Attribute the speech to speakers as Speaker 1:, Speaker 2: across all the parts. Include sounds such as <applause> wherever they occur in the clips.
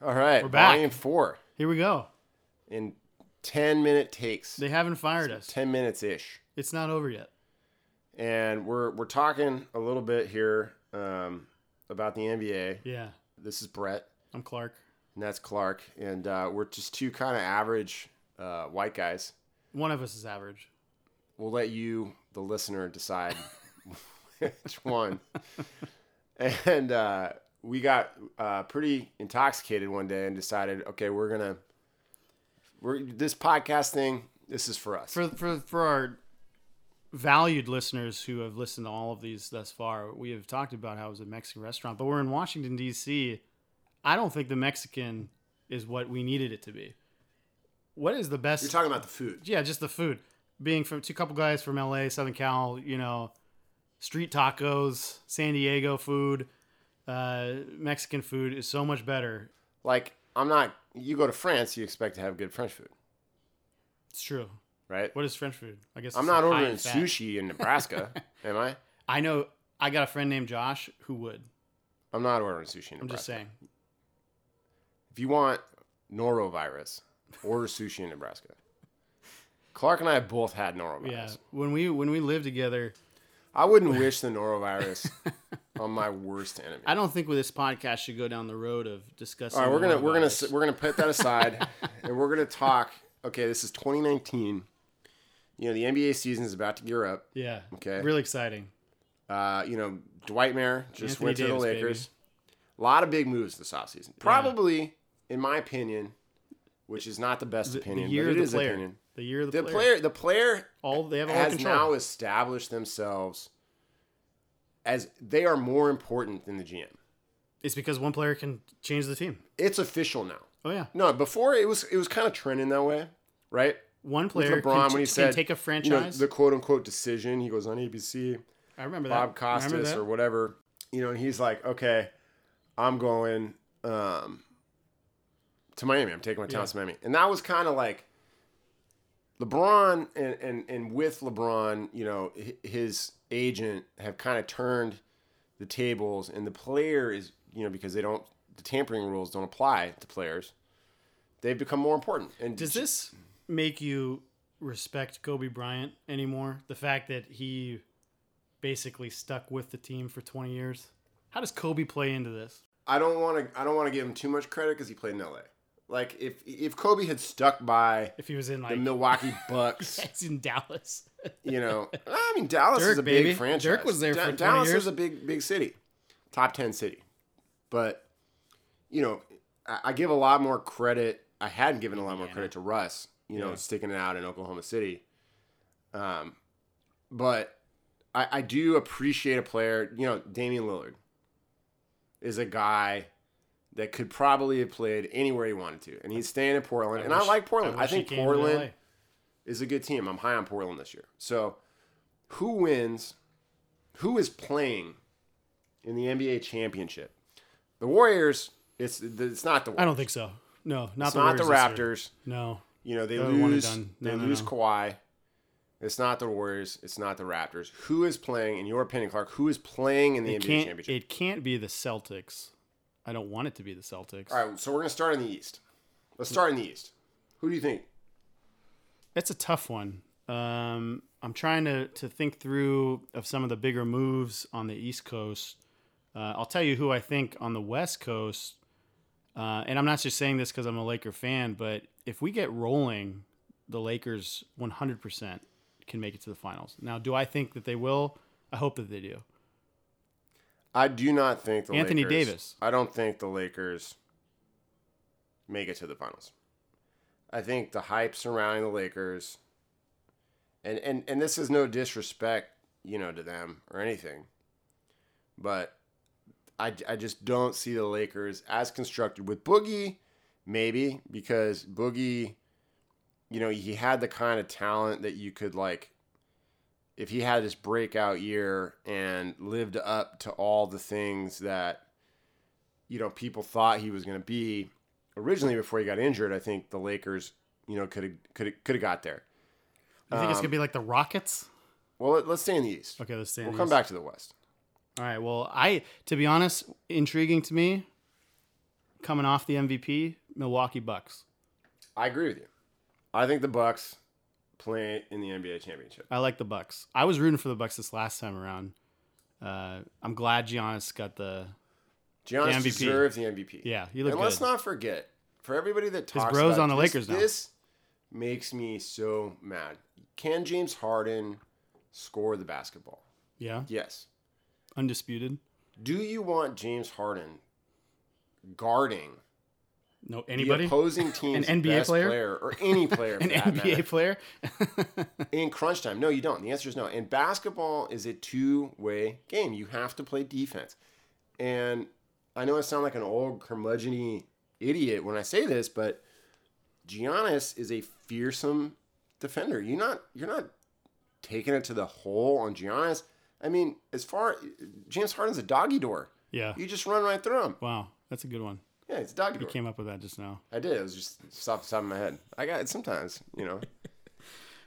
Speaker 1: All right,
Speaker 2: We're back.
Speaker 1: Volume four
Speaker 2: Here we go.
Speaker 1: in ten minute takes.
Speaker 2: They haven't fired us.
Speaker 1: ten minutes ish,
Speaker 2: It's not over yet.
Speaker 1: and we're we're talking a little bit here um, about the NBA.
Speaker 2: Yeah.
Speaker 1: This is Brett,
Speaker 2: I'm Clark.
Speaker 1: and that's Clark, and uh, we're just two kind of average uh, white guys.
Speaker 2: One of us is average.
Speaker 1: We'll let you, the listener, decide <laughs> which one. And uh, we got uh, pretty intoxicated one day and decided, okay, we're gonna, we're this podcast thing. This is for us.
Speaker 2: For for for our valued listeners who have listened to all of these thus far, we have talked about how it was a Mexican restaurant, but we're in Washington D.C. I don't think the Mexican is what we needed it to be. What is the best?
Speaker 1: You're talking about the food.
Speaker 2: yeah, just the food. Being from two couple guys from LA, Southern Cal, you know, street tacos, San Diego food, uh, Mexican food is so much better.
Speaker 1: Like I'm not. You go to France, you expect to have good French food,
Speaker 2: It's true.
Speaker 1: right?
Speaker 2: What is French food? I guess
Speaker 1: I'm
Speaker 2: it's
Speaker 1: not
Speaker 2: high in
Speaker 1: ordering
Speaker 2: fat.
Speaker 1: sushi in
Speaker 2: <laughs>
Speaker 1: Nebraska, am I?
Speaker 2: I know. I got a friend named Josh who would.
Speaker 1: I'm not ordering sushi in Nebraska.
Speaker 2: I'm just saying.
Speaker 1: If you want norovirus, order sushi in Nebraska. Clark and I both had norovirus.
Speaker 2: Yeah. When we when we lived together,
Speaker 1: I wouldn't wish the norovirus <laughs> on my worst enemy.
Speaker 2: I don't think this podcast should go down the road of discussing.
Speaker 1: All right, we're gonna we're gonna
Speaker 2: coronavirus.
Speaker 1: s- we're gonna put that
Speaker 2: <laughs>
Speaker 1: aside, and we're gonna talk. Okay, this is 2019. You know the NBA season is about to gear up.
Speaker 2: yeah.
Speaker 1: Okay.
Speaker 2: Really exciting.
Speaker 1: Uh, you know Dwight Mayer just
Speaker 2: Anthony
Speaker 1: went to
Speaker 2: Davis,
Speaker 1: the
Speaker 2: baby.
Speaker 1: Lakers. A lot of big moves this offseason. Probably, in my opinion, which is not the best
Speaker 2: The,
Speaker 1: opinion,
Speaker 2: the year
Speaker 1: but
Speaker 2: of
Speaker 1: it
Speaker 2: the
Speaker 1: is
Speaker 2: player.
Speaker 1: opinion.
Speaker 2: The year of the,
Speaker 1: The player, the player
Speaker 2: All they have all
Speaker 1: has
Speaker 2: control.
Speaker 1: now established themselves as they are more important than the GM.
Speaker 2: it's because one player can change the team.
Speaker 1: It's official now.
Speaker 2: Oh yeah.
Speaker 1: No, before it was it was kind of trending that way, right?
Speaker 2: One
Speaker 1: With
Speaker 2: player
Speaker 1: LeBron
Speaker 2: can,
Speaker 1: when he
Speaker 2: can
Speaker 1: said
Speaker 2: take a
Speaker 1: you know,
Speaker 2: franchise.
Speaker 1: the quote unquote decision. He goes on ABC,
Speaker 2: I remember that.
Speaker 1: Bob
Speaker 2: Remember
Speaker 1: Costas
Speaker 2: that?
Speaker 1: or whatever. You know, and he's like, okay, I'm going um, to Miami. I'm taking my talents to Miami, and that was kind of like LeBron and, and and with LeBron, you know, hi- his agent have kind of turned the tables, and the player is you know because they don't the tampering rules don't apply to players. They've become more important. And
Speaker 2: Does this make you respect Kobe Bryant anymore? The fact that he basically stuck with the team for 20 years. How does Kobe play into this?
Speaker 1: I don't want to. I don't want to give him too much credit because he played in L.A. Like if if Kobe had stuck by
Speaker 2: If he was in
Speaker 1: the
Speaker 2: like
Speaker 1: Milwaukee
Speaker 2: <laughs>
Speaker 1: Bucks,
Speaker 2: he's in Dallas,
Speaker 1: you know, I mean Dallas
Speaker 2: Dirk,
Speaker 1: is a big
Speaker 2: baby.
Speaker 1: franchise.
Speaker 2: Dirk was there for 20
Speaker 1: Dallas
Speaker 2: years.
Speaker 1: is a big big city, top ten city. But you know, I, I give a lot more credit. I had given a lot more
Speaker 2: Indiana.
Speaker 1: credit to Russ. You know,
Speaker 2: Yeah.
Speaker 1: sticking it out in Oklahoma City. Um, but I, I do appreciate a player. You know, Damian Lillard is a guy that could probably have played anywhere he wanted to, and he's staying in Portland. and I
Speaker 2: wish-
Speaker 1: like Portland. I,
Speaker 2: wish he
Speaker 1: think
Speaker 2: came to
Speaker 1: Portland
Speaker 2: LA.
Speaker 1: is a good team. I'm high on Portland this year. So, who wins? Who is playing in the NBA championship? The Warriors. It's it's not the
Speaker 2: I
Speaker 1: Warriors.
Speaker 2: don't think so. No, not
Speaker 1: It's
Speaker 2: the
Speaker 1: not the
Speaker 2: Warriors this year.
Speaker 1: Raptors.
Speaker 2: No,
Speaker 1: You know they
Speaker 2: They're one and
Speaker 1: lose.
Speaker 2: done. No,
Speaker 1: they
Speaker 2: no,
Speaker 1: lose
Speaker 2: no.
Speaker 1: Kawhi. It's not the Warriors. It's not the Raptors. Who is playing, in your opinion, Clark? Who is playing in the
Speaker 2: it
Speaker 1: NBA
Speaker 2: can't.
Speaker 1: championship?
Speaker 2: It can't be the Celtics. I don't want it to be the Celtics.
Speaker 1: All right, so we're gonna start in the East. Let's start in the East. Who do you think?
Speaker 2: That's a tough one. Um, I'm trying to, to think through of some of the bigger moves on the East Coast. Uh, I'll tell you who I think on the West Coast, uh, and I'm not just saying this because I'm a Laker fan, but if we get rolling, the Lakers 100% can make it to the finals. Now, do I think that they will? I hope that they do.
Speaker 1: I do not think the
Speaker 2: Anthony
Speaker 1: Lakers-
Speaker 2: Davis.
Speaker 1: I don't think the Lakers make it to the finals. I think the hype surrounding the Lakers, and and and this is no disrespect, you know, to them or anything, but I I just don't see the Lakers as constructed with Boogie, maybe because Boogie, you know, he had the kind of talent that you could like if he had this breakout year and lived up to all the things that you know people thought he was going to be originally before he got injured, I think the Lakers you know could have could have could have got there.
Speaker 2: You think it's
Speaker 1: Um,
Speaker 2: gonna be like the Rockets?
Speaker 1: Well, let, us stay in the East.
Speaker 2: Okay, let's stay. in
Speaker 1: We'll
Speaker 2: the
Speaker 1: come
Speaker 2: East.
Speaker 1: back to the West.
Speaker 2: All right. Well, I to be honest, intriguing to me. Coming off the MVP, Milwaukee Bucks.
Speaker 1: I agree with you. I think the Bucks play in the NBA championship.
Speaker 2: I like the Bucks. I was rooting for the Bucks this last time around. Uh, I'm glad Giannis got the
Speaker 1: Giannis
Speaker 2: MVP.
Speaker 1: deserves the MVP.
Speaker 2: yeah. He
Speaker 1: and
Speaker 2: looked
Speaker 1: let's
Speaker 2: good.
Speaker 1: not forget, for everybody that talks
Speaker 2: bro's
Speaker 1: about
Speaker 2: on the
Speaker 1: this,
Speaker 2: Lakers now.
Speaker 1: this makes me so mad. Can James Harden score the basketball?
Speaker 2: yeah,
Speaker 1: Yes.
Speaker 2: undisputed.
Speaker 1: Do you want James Harden guarding
Speaker 2: No anybody.
Speaker 1: the
Speaker 2: <laughs>
Speaker 1: opposing team's
Speaker 2: NBA
Speaker 1: best
Speaker 2: player?
Speaker 1: or any player for
Speaker 2: <laughs> An
Speaker 1: that
Speaker 2: NBA
Speaker 1: matter,
Speaker 2: player. <laughs>
Speaker 1: in crunch time? No, you don't. The answer is no. And basketball is a two-way game. You have to play defense. And I know I sound like an old curmudgeon idiot when I say this, but Giannis is a fearsome defender. You're not you're not taking it to the hole on Giannis. I mean, as far James Harden's a doggy door.
Speaker 2: yeah.
Speaker 1: You just run right through him.
Speaker 2: Wow, that's a good one.
Speaker 1: Yeah, it's a doggy
Speaker 2: You
Speaker 1: door.
Speaker 2: came up with that just now.
Speaker 1: I did. It was just off the top of my head. I got it sometimes, you know.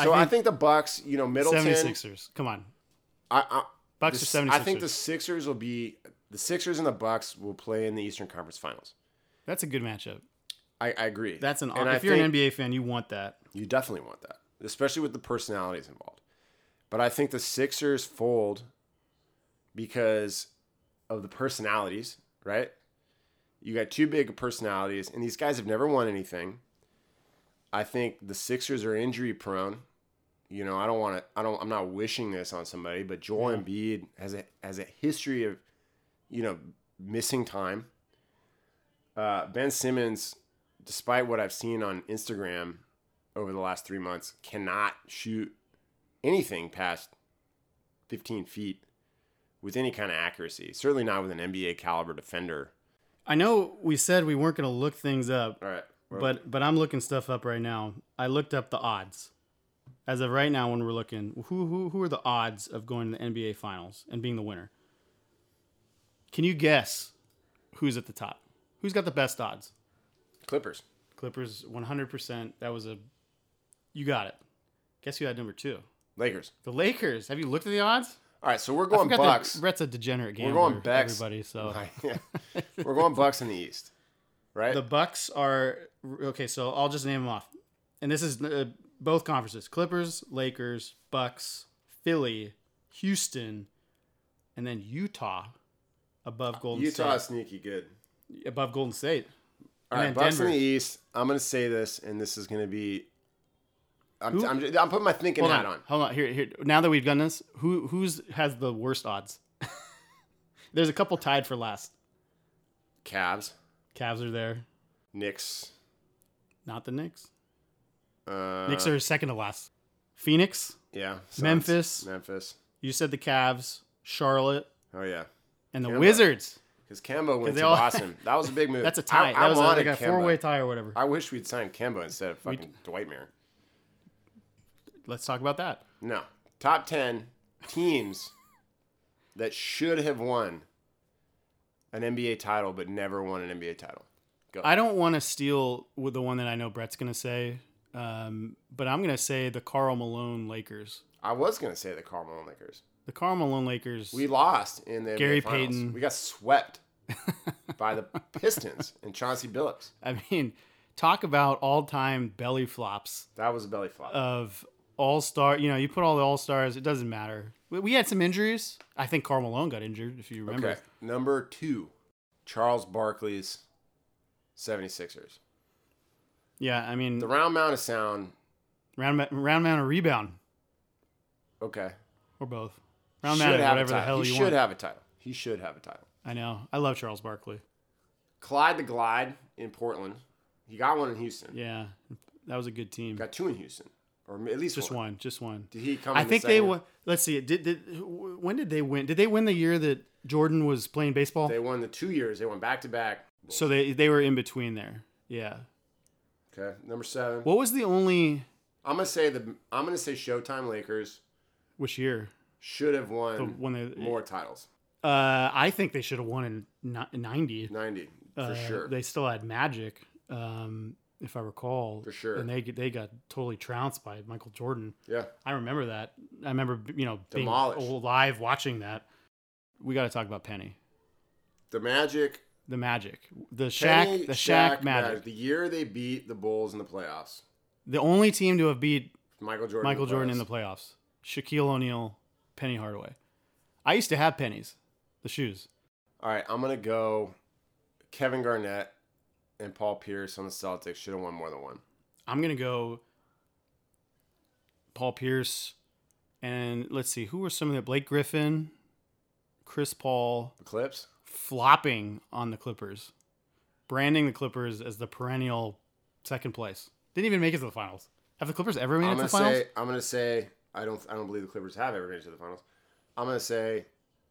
Speaker 1: So <laughs> I think, the Bucks, you know, Middleton.
Speaker 2: 76ers. Come on.
Speaker 1: I, I,
Speaker 2: Bucks
Speaker 1: the-
Speaker 2: or 76ers.
Speaker 1: I think the Sixers will be the Sixers and the Bucks will play in the Eastern Conference Finals.
Speaker 2: That's a good matchup.
Speaker 1: I, I agree.
Speaker 2: That's an
Speaker 1: And I
Speaker 2: if you're an
Speaker 1: think
Speaker 2: NBA fan, you want that.
Speaker 1: you definitely want that, especially with the personalities involved. But I think the Sixers fold because of the personalities, right? You got two big personalities, and these guys have never won anything. I think the Sixers are injury prone. You know, I don't want to. I don't. I'm not wishing this on somebody, but Joel Embiid has a has a history of, you know, missing time. Uh, ben Simmons, despite what I've seen on Instagram over the last three months, cannot shoot anything past 15 feet with any kind of accuracy. Certainly not with an NBA caliber defender.
Speaker 2: I know we said we weren't going to look things up,
Speaker 1: All right, well,
Speaker 2: but but I'm looking stuff up right now. I looked up the odds. As of right now when we're looking, who who who are the odds of going to the NBA finals and being the winner? Can you guess who's at the top? Who's got the best odds?
Speaker 1: Clippers.
Speaker 2: Clippers 100%. That was a You got it. Guess who had number 2?
Speaker 1: Lakers.
Speaker 2: The Lakers. Have you looked at the odds?
Speaker 1: All right, so we're
Speaker 2: I
Speaker 1: going
Speaker 2: forgot
Speaker 1: Bucks. <laughs>
Speaker 2: That <laughs> Brett's a degenerate
Speaker 1: We're
Speaker 2: gambler.
Speaker 1: going Bucks.
Speaker 2: Everybody, so
Speaker 1: Yeah. we're going Bucks in the East, right?
Speaker 2: the Bucks are okay. So I'll just name them off, and this is uh, both conferences: Clippers, Lakers, Bucks, Philly, Houston, and then Utah above Golden
Speaker 1: Uh, Utah is
Speaker 2: State.
Speaker 1: sneaky good.
Speaker 2: Above Golden State.
Speaker 1: All
Speaker 2: And
Speaker 1: right,
Speaker 2: then
Speaker 1: Bucks in
Speaker 2: Denver.
Speaker 1: the East. I'm going to say this, and this is going to be. I'm,
Speaker 2: Who-
Speaker 1: I'm, I'm putting my thinking
Speaker 2: Hold
Speaker 1: hat
Speaker 2: on,
Speaker 1: on.
Speaker 2: hold on. Here, here. Now that we've done this, who who's has the worst odds? <laughs> There's a couple tied for last.
Speaker 1: Cavs,
Speaker 2: Cavs are there,
Speaker 1: Knicks.
Speaker 2: not the Knicks.
Speaker 1: Uh,
Speaker 2: Knicks are second to last. Phoenix.
Speaker 1: yeah. Suns.
Speaker 2: Memphis.
Speaker 1: Memphis.
Speaker 2: You said the Cavs, Charlotte,
Speaker 1: Oh yeah.
Speaker 2: and the
Speaker 1: Tampa.
Speaker 2: Wizards.
Speaker 1: Because Kemba went
Speaker 2: they
Speaker 1: to
Speaker 2: all- <laughs>
Speaker 1: Boston. That was a big move.
Speaker 2: That's a tie.
Speaker 1: I,
Speaker 2: that was a,
Speaker 1: wanted
Speaker 2: like a
Speaker 1: Kemba.
Speaker 2: four-way tie or whatever.
Speaker 1: I wish we'd signed Kemba instead of fucking Dwight Mayer.
Speaker 2: Let's talk about that.
Speaker 1: No. Top 10 teams that should have won an NBA title but never won an NBA title.
Speaker 2: I don't want to steal with the one that I know Brett's going to say, um, but I'm going to say the Carl Malone Lakers.
Speaker 1: I was going to say the Carl Malone Lakers.
Speaker 2: The Carl Malone Lakers.
Speaker 1: We lost in the
Speaker 2: Gary
Speaker 1: NBA finals.
Speaker 2: Payton.
Speaker 1: We got
Speaker 2: <laughs>
Speaker 1: swept by the Pistons and Chauncey Billups.
Speaker 2: I <laughs> mean, talk about all-time belly flops
Speaker 1: That was a belly flop.
Speaker 2: of all-star. You know, you put all the all-stars. It doesn't matter. We, we had some injuries. I think Carl Malone got injured, if you remember.
Speaker 1: okay. Number 2, Charles Barkley's 76ers.
Speaker 2: Yeah, I mean,
Speaker 1: The round mound of sound.
Speaker 2: round ma- round man or rebound
Speaker 1: Okay.
Speaker 2: or both. Round
Speaker 1: Should
Speaker 2: man,
Speaker 1: have a
Speaker 2: whatever the
Speaker 1: title.
Speaker 2: hell
Speaker 1: he
Speaker 2: you
Speaker 1: should
Speaker 2: want.
Speaker 1: have a title. He should have a title.
Speaker 2: I know. I love Charles Barkley.
Speaker 1: Clyde the Glide in Portland. He got one in Houston.
Speaker 2: Yeah, that was a good team.
Speaker 1: Got two in Houston, or at least
Speaker 2: Just
Speaker 1: one.
Speaker 2: one, just one.
Speaker 1: Did he come?
Speaker 2: I
Speaker 1: in the
Speaker 2: think they
Speaker 1: second?
Speaker 2: won. Let's see. Did, did wh- when did they win? Did they win the year that Jordan was playing baseball?
Speaker 1: They won the two years. They won back to back.
Speaker 2: so they they were in between there. Yeah.
Speaker 1: Okay, number seven.
Speaker 2: What was the only
Speaker 1: I'm gonna say the. I'm gonna say Showtime Lakers
Speaker 2: which year?
Speaker 1: should have won
Speaker 2: The one that-
Speaker 1: more titles.
Speaker 2: Uh, I think they should have won in ni- ninety
Speaker 1: Ninety for
Speaker 2: uh,
Speaker 1: sure.
Speaker 2: They still had Magic. Um, if I recall.
Speaker 1: For sure.
Speaker 2: And they they got totally trounced by Michael Jordan.
Speaker 1: Yeah.
Speaker 2: I remember that. I remember you know being
Speaker 1: Demolished.
Speaker 2: alive watching that. We got to talk about Penny,
Speaker 1: The Magic.
Speaker 2: the Magic, the Shaq,
Speaker 1: Penny,
Speaker 2: the Shaq, magic.
Speaker 1: The year they beat the Bulls in the playoffs.
Speaker 2: the only team to have beat
Speaker 1: Michael Jordan.
Speaker 2: Michael Jordan in the
Speaker 1: playoffs.
Speaker 2: playoffs. Shaquille O'Neal, Penny Hardaway. I used to have pennies, the shoes.
Speaker 1: All right, I'm gonna go. Kevin Garnett and Paul Pierce on the Celtics should have won more than one.
Speaker 2: I'm gonna go Paul Pierce and let's see who were some of the Blake Griffin, Chris Paul
Speaker 1: The Clips.
Speaker 2: flopping on the Clippers, branding the Clippers as the perennial second place. Didn't even make it to the finals. Have the Clippers ever made
Speaker 1: I'm
Speaker 2: it to
Speaker 1: gonna
Speaker 2: the finals?
Speaker 1: say. I'm gonna say. I don't. I don't believe the Clippers have ever made it to the finals. I'm gonna say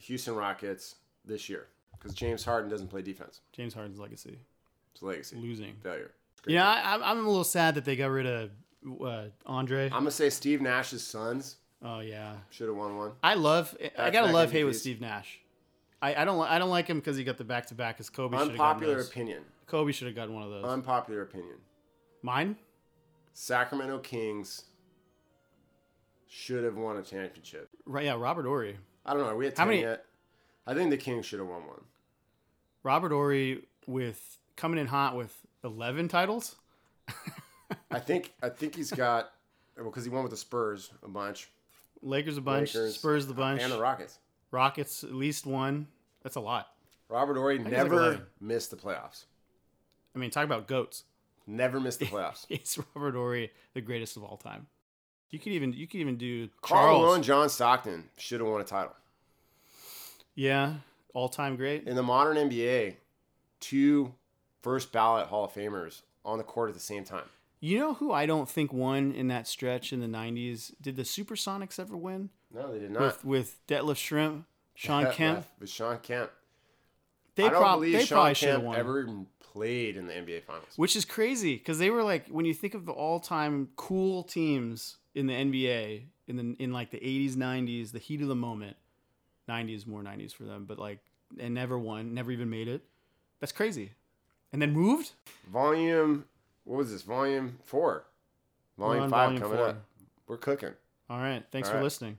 Speaker 1: Houston Rockets this year because James Harden doesn't play defense.
Speaker 2: James Harden's legacy,
Speaker 1: It's a legacy
Speaker 2: losing.
Speaker 1: failure.
Speaker 2: You know, I, I'm- I'm a little sad that they got rid of uh, Andre.
Speaker 1: I'm gonna say Steve Nash's sons
Speaker 2: oh yeah,
Speaker 1: should have won one.
Speaker 2: I love. I
Speaker 1: Back-to-back
Speaker 2: gotta love hate with
Speaker 1: MVPs.
Speaker 2: Steve Nash. I, I don't. li- I don't like him because he got the back to back. As Kobe should have gotten
Speaker 1: Unpopular
Speaker 2: those.
Speaker 1: opinion.
Speaker 2: Kobe should have gotten one of those.
Speaker 1: Unpopular opinion.
Speaker 2: Mine?
Speaker 1: Sacramento Kings should have won a championship.
Speaker 2: Right? Yeah, Robert Ory.
Speaker 1: I don't know. Are we at
Speaker 2: How
Speaker 1: ten
Speaker 2: many-
Speaker 1: yet? I think the Kings should have won one.
Speaker 2: Robert Ory with coming in hot with eleven titles.
Speaker 1: I think I think he's got because he won with the Spurs a bunch
Speaker 2: Lakers a bunch.
Speaker 1: Lakers,
Speaker 2: Spurs the bunch.
Speaker 1: and the Rockets.
Speaker 2: Rockets at least one. That's a lot.
Speaker 1: Robert Ory
Speaker 2: he's like
Speaker 1: never
Speaker 2: 11.
Speaker 1: missed the playoffs.
Speaker 2: I mean, talk about goats. <laughs>
Speaker 1: Never missed the playoffs.
Speaker 2: It's Robert Ory, the greatest of all time. You could even you could even do
Speaker 1: Carl
Speaker 2: Charles.
Speaker 1: Malone, John Stockton should have won a title
Speaker 2: Yeah, all time great.
Speaker 1: in the modern NBA. Two first ballot Hall of Famers on the court at the same time.
Speaker 2: You know who I don't think won in that stretch in the '90s? Did the Supersonics ever win
Speaker 1: No, they did not.
Speaker 2: with with Detlef Shrimp,
Speaker 1: <laughs>
Speaker 2: Sean
Speaker 1: That
Speaker 2: Kemp?
Speaker 1: left With Sean Kemp.
Speaker 2: They,
Speaker 1: I don't
Speaker 2: prob-
Speaker 1: believe
Speaker 2: they
Speaker 1: Sean
Speaker 2: probably should have
Speaker 1: Kemp
Speaker 2: won.
Speaker 1: ever played in the NBA Finals.
Speaker 2: which is crazy because they were like when you think of the all-time cool teams in the NBA in the in like the 80s 90s the heat of the moment 90s more 90s for them but like and never won never even made it that's crazy and then moved
Speaker 1: Volume, what was this? Volume four,
Speaker 2: We're
Speaker 1: volume
Speaker 2: on
Speaker 1: five
Speaker 2: volume
Speaker 1: coming
Speaker 2: four.
Speaker 1: up. We're cooking.
Speaker 2: all right thanks
Speaker 1: All
Speaker 2: for
Speaker 1: right.
Speaker 2: listening